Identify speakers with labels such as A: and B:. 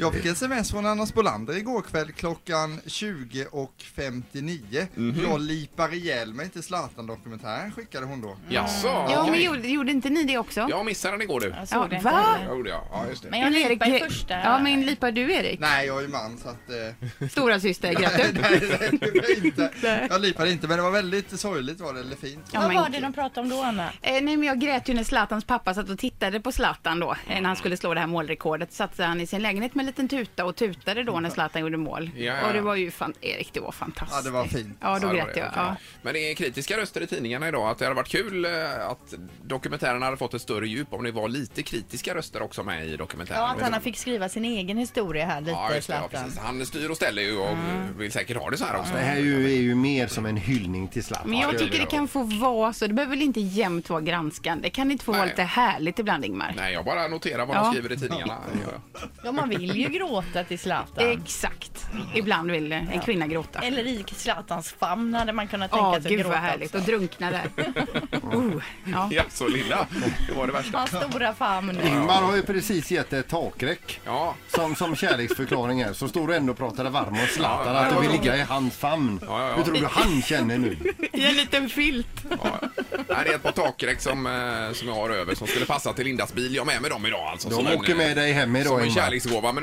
A: Jag fick sms från Anna Spolander igår kväll klockan 20.59.
B: Mhm.
A: Jag lipar ihjäl mig till Zlatan-dokumentären skickade hon då.
B: Mm.
C: Mm. Jaså?
B: Ja, men
C: okej.
B: gjorde, gjorde inte ni det också?
C: Jag missade den igår du.
D: Jag
B: Ja,
D: såg det inte
B: va?
D: heller.
C: Jag gjorde jag. Ja, just
D: Men
C: det.
D: jag
B: Erik,
D: lipade i
B: hur-
D: första.
B: Ja, men lipar du Erik?
A: Nej, jag är ju man så att... Eh,
B: Stora syster,
A: nej,
B: grattis.
A: nej, det var inte.
B: Nej.
A: Jag lipade inte, men det var väldigt sorgligt var det, eller fint.
B: Ja,
D: Vad
B: men
D: var det
B: gud.
D: de pratade om då, Anna?
B: Eh, nej, men jag grät ju när Zlatans pappa satt och tittade på Zlatan då, eh, när han skulle slå det här målrekordet. Satt han i sin lägenhet med en liten tuta och tutade då när Zlatan gjorde mål.
C: Ja, ja, ja.
B: Och det var ju fan, Erik, det var fantastiskt.
A: Ja, det var fint.
B: Ja, då
C: Ja, det var
B: grät
C: det.
B: jag.
C: Okej.
B: Ja.
C: Men det är kritiska röster i tidningarna idag att det hade varit kul eh, att dokumentären hade fått ett större djup om det var lite kritiska röster också med i dokumentären.
D: Ja, att han fick skriva sin egen historia här
C: Ja,
D: lite,
C: just det, ja,
D: Zlatan.
C: precis. Han styr och ställer ju och vill säkert ha det så här också.
E: Det här är ju, är ju mer som en hyllning till Zlatan.
B: Men
C: Ja, det
B: jag
C: gör
B: tycker
C: vi
B: det
C: då.
B: kan få vara så. Det behöver väl inte jämt vara granskande. Det kan inte få vara
C: Nej.
B: lite härligt ibland, Ingmar?
C: Nej, jag bara noterar vad
B: Ja.
C: de skriver i tidningarna.
D: Ja, man vill ju gråta till Zlatan.
B: Exakt. Ibland vill eh, en kvinna gråta.
D: Eller i Zlatans famn hade man kunnat tänka
B: Ja,
D: sig att
B: gud vad
D: gråta
B: härligt.
D: också.
B: Och drunkna där. oh, ja.
C: Ja, så lilla. Det var det värsta.
D: Hans stora famn.
E: Ingmar har ju precis gett ett takräck.
C: Ja,
E: Som, som kärleksförklaring här så står du ändå och pratar varm om Zlatan
C: Ja,
E: att du
C: ja,
E: vill
C: ja.
E: ligga i hans famn.
C: ja, ja.
E: Hur tror du han känner nu?
B: I en liten filt.
C: ja. Nej, det är ett par takräck som, eh, som jag har över som skulle passa till Lindas bil. Jag har med mig dem idag alltså.
E: De
C: Som en,
E: åker
C: eh,
E: med dig hem
C: Som
E: idag
C: en
E: Ingmar.
C: kärleksgåva, men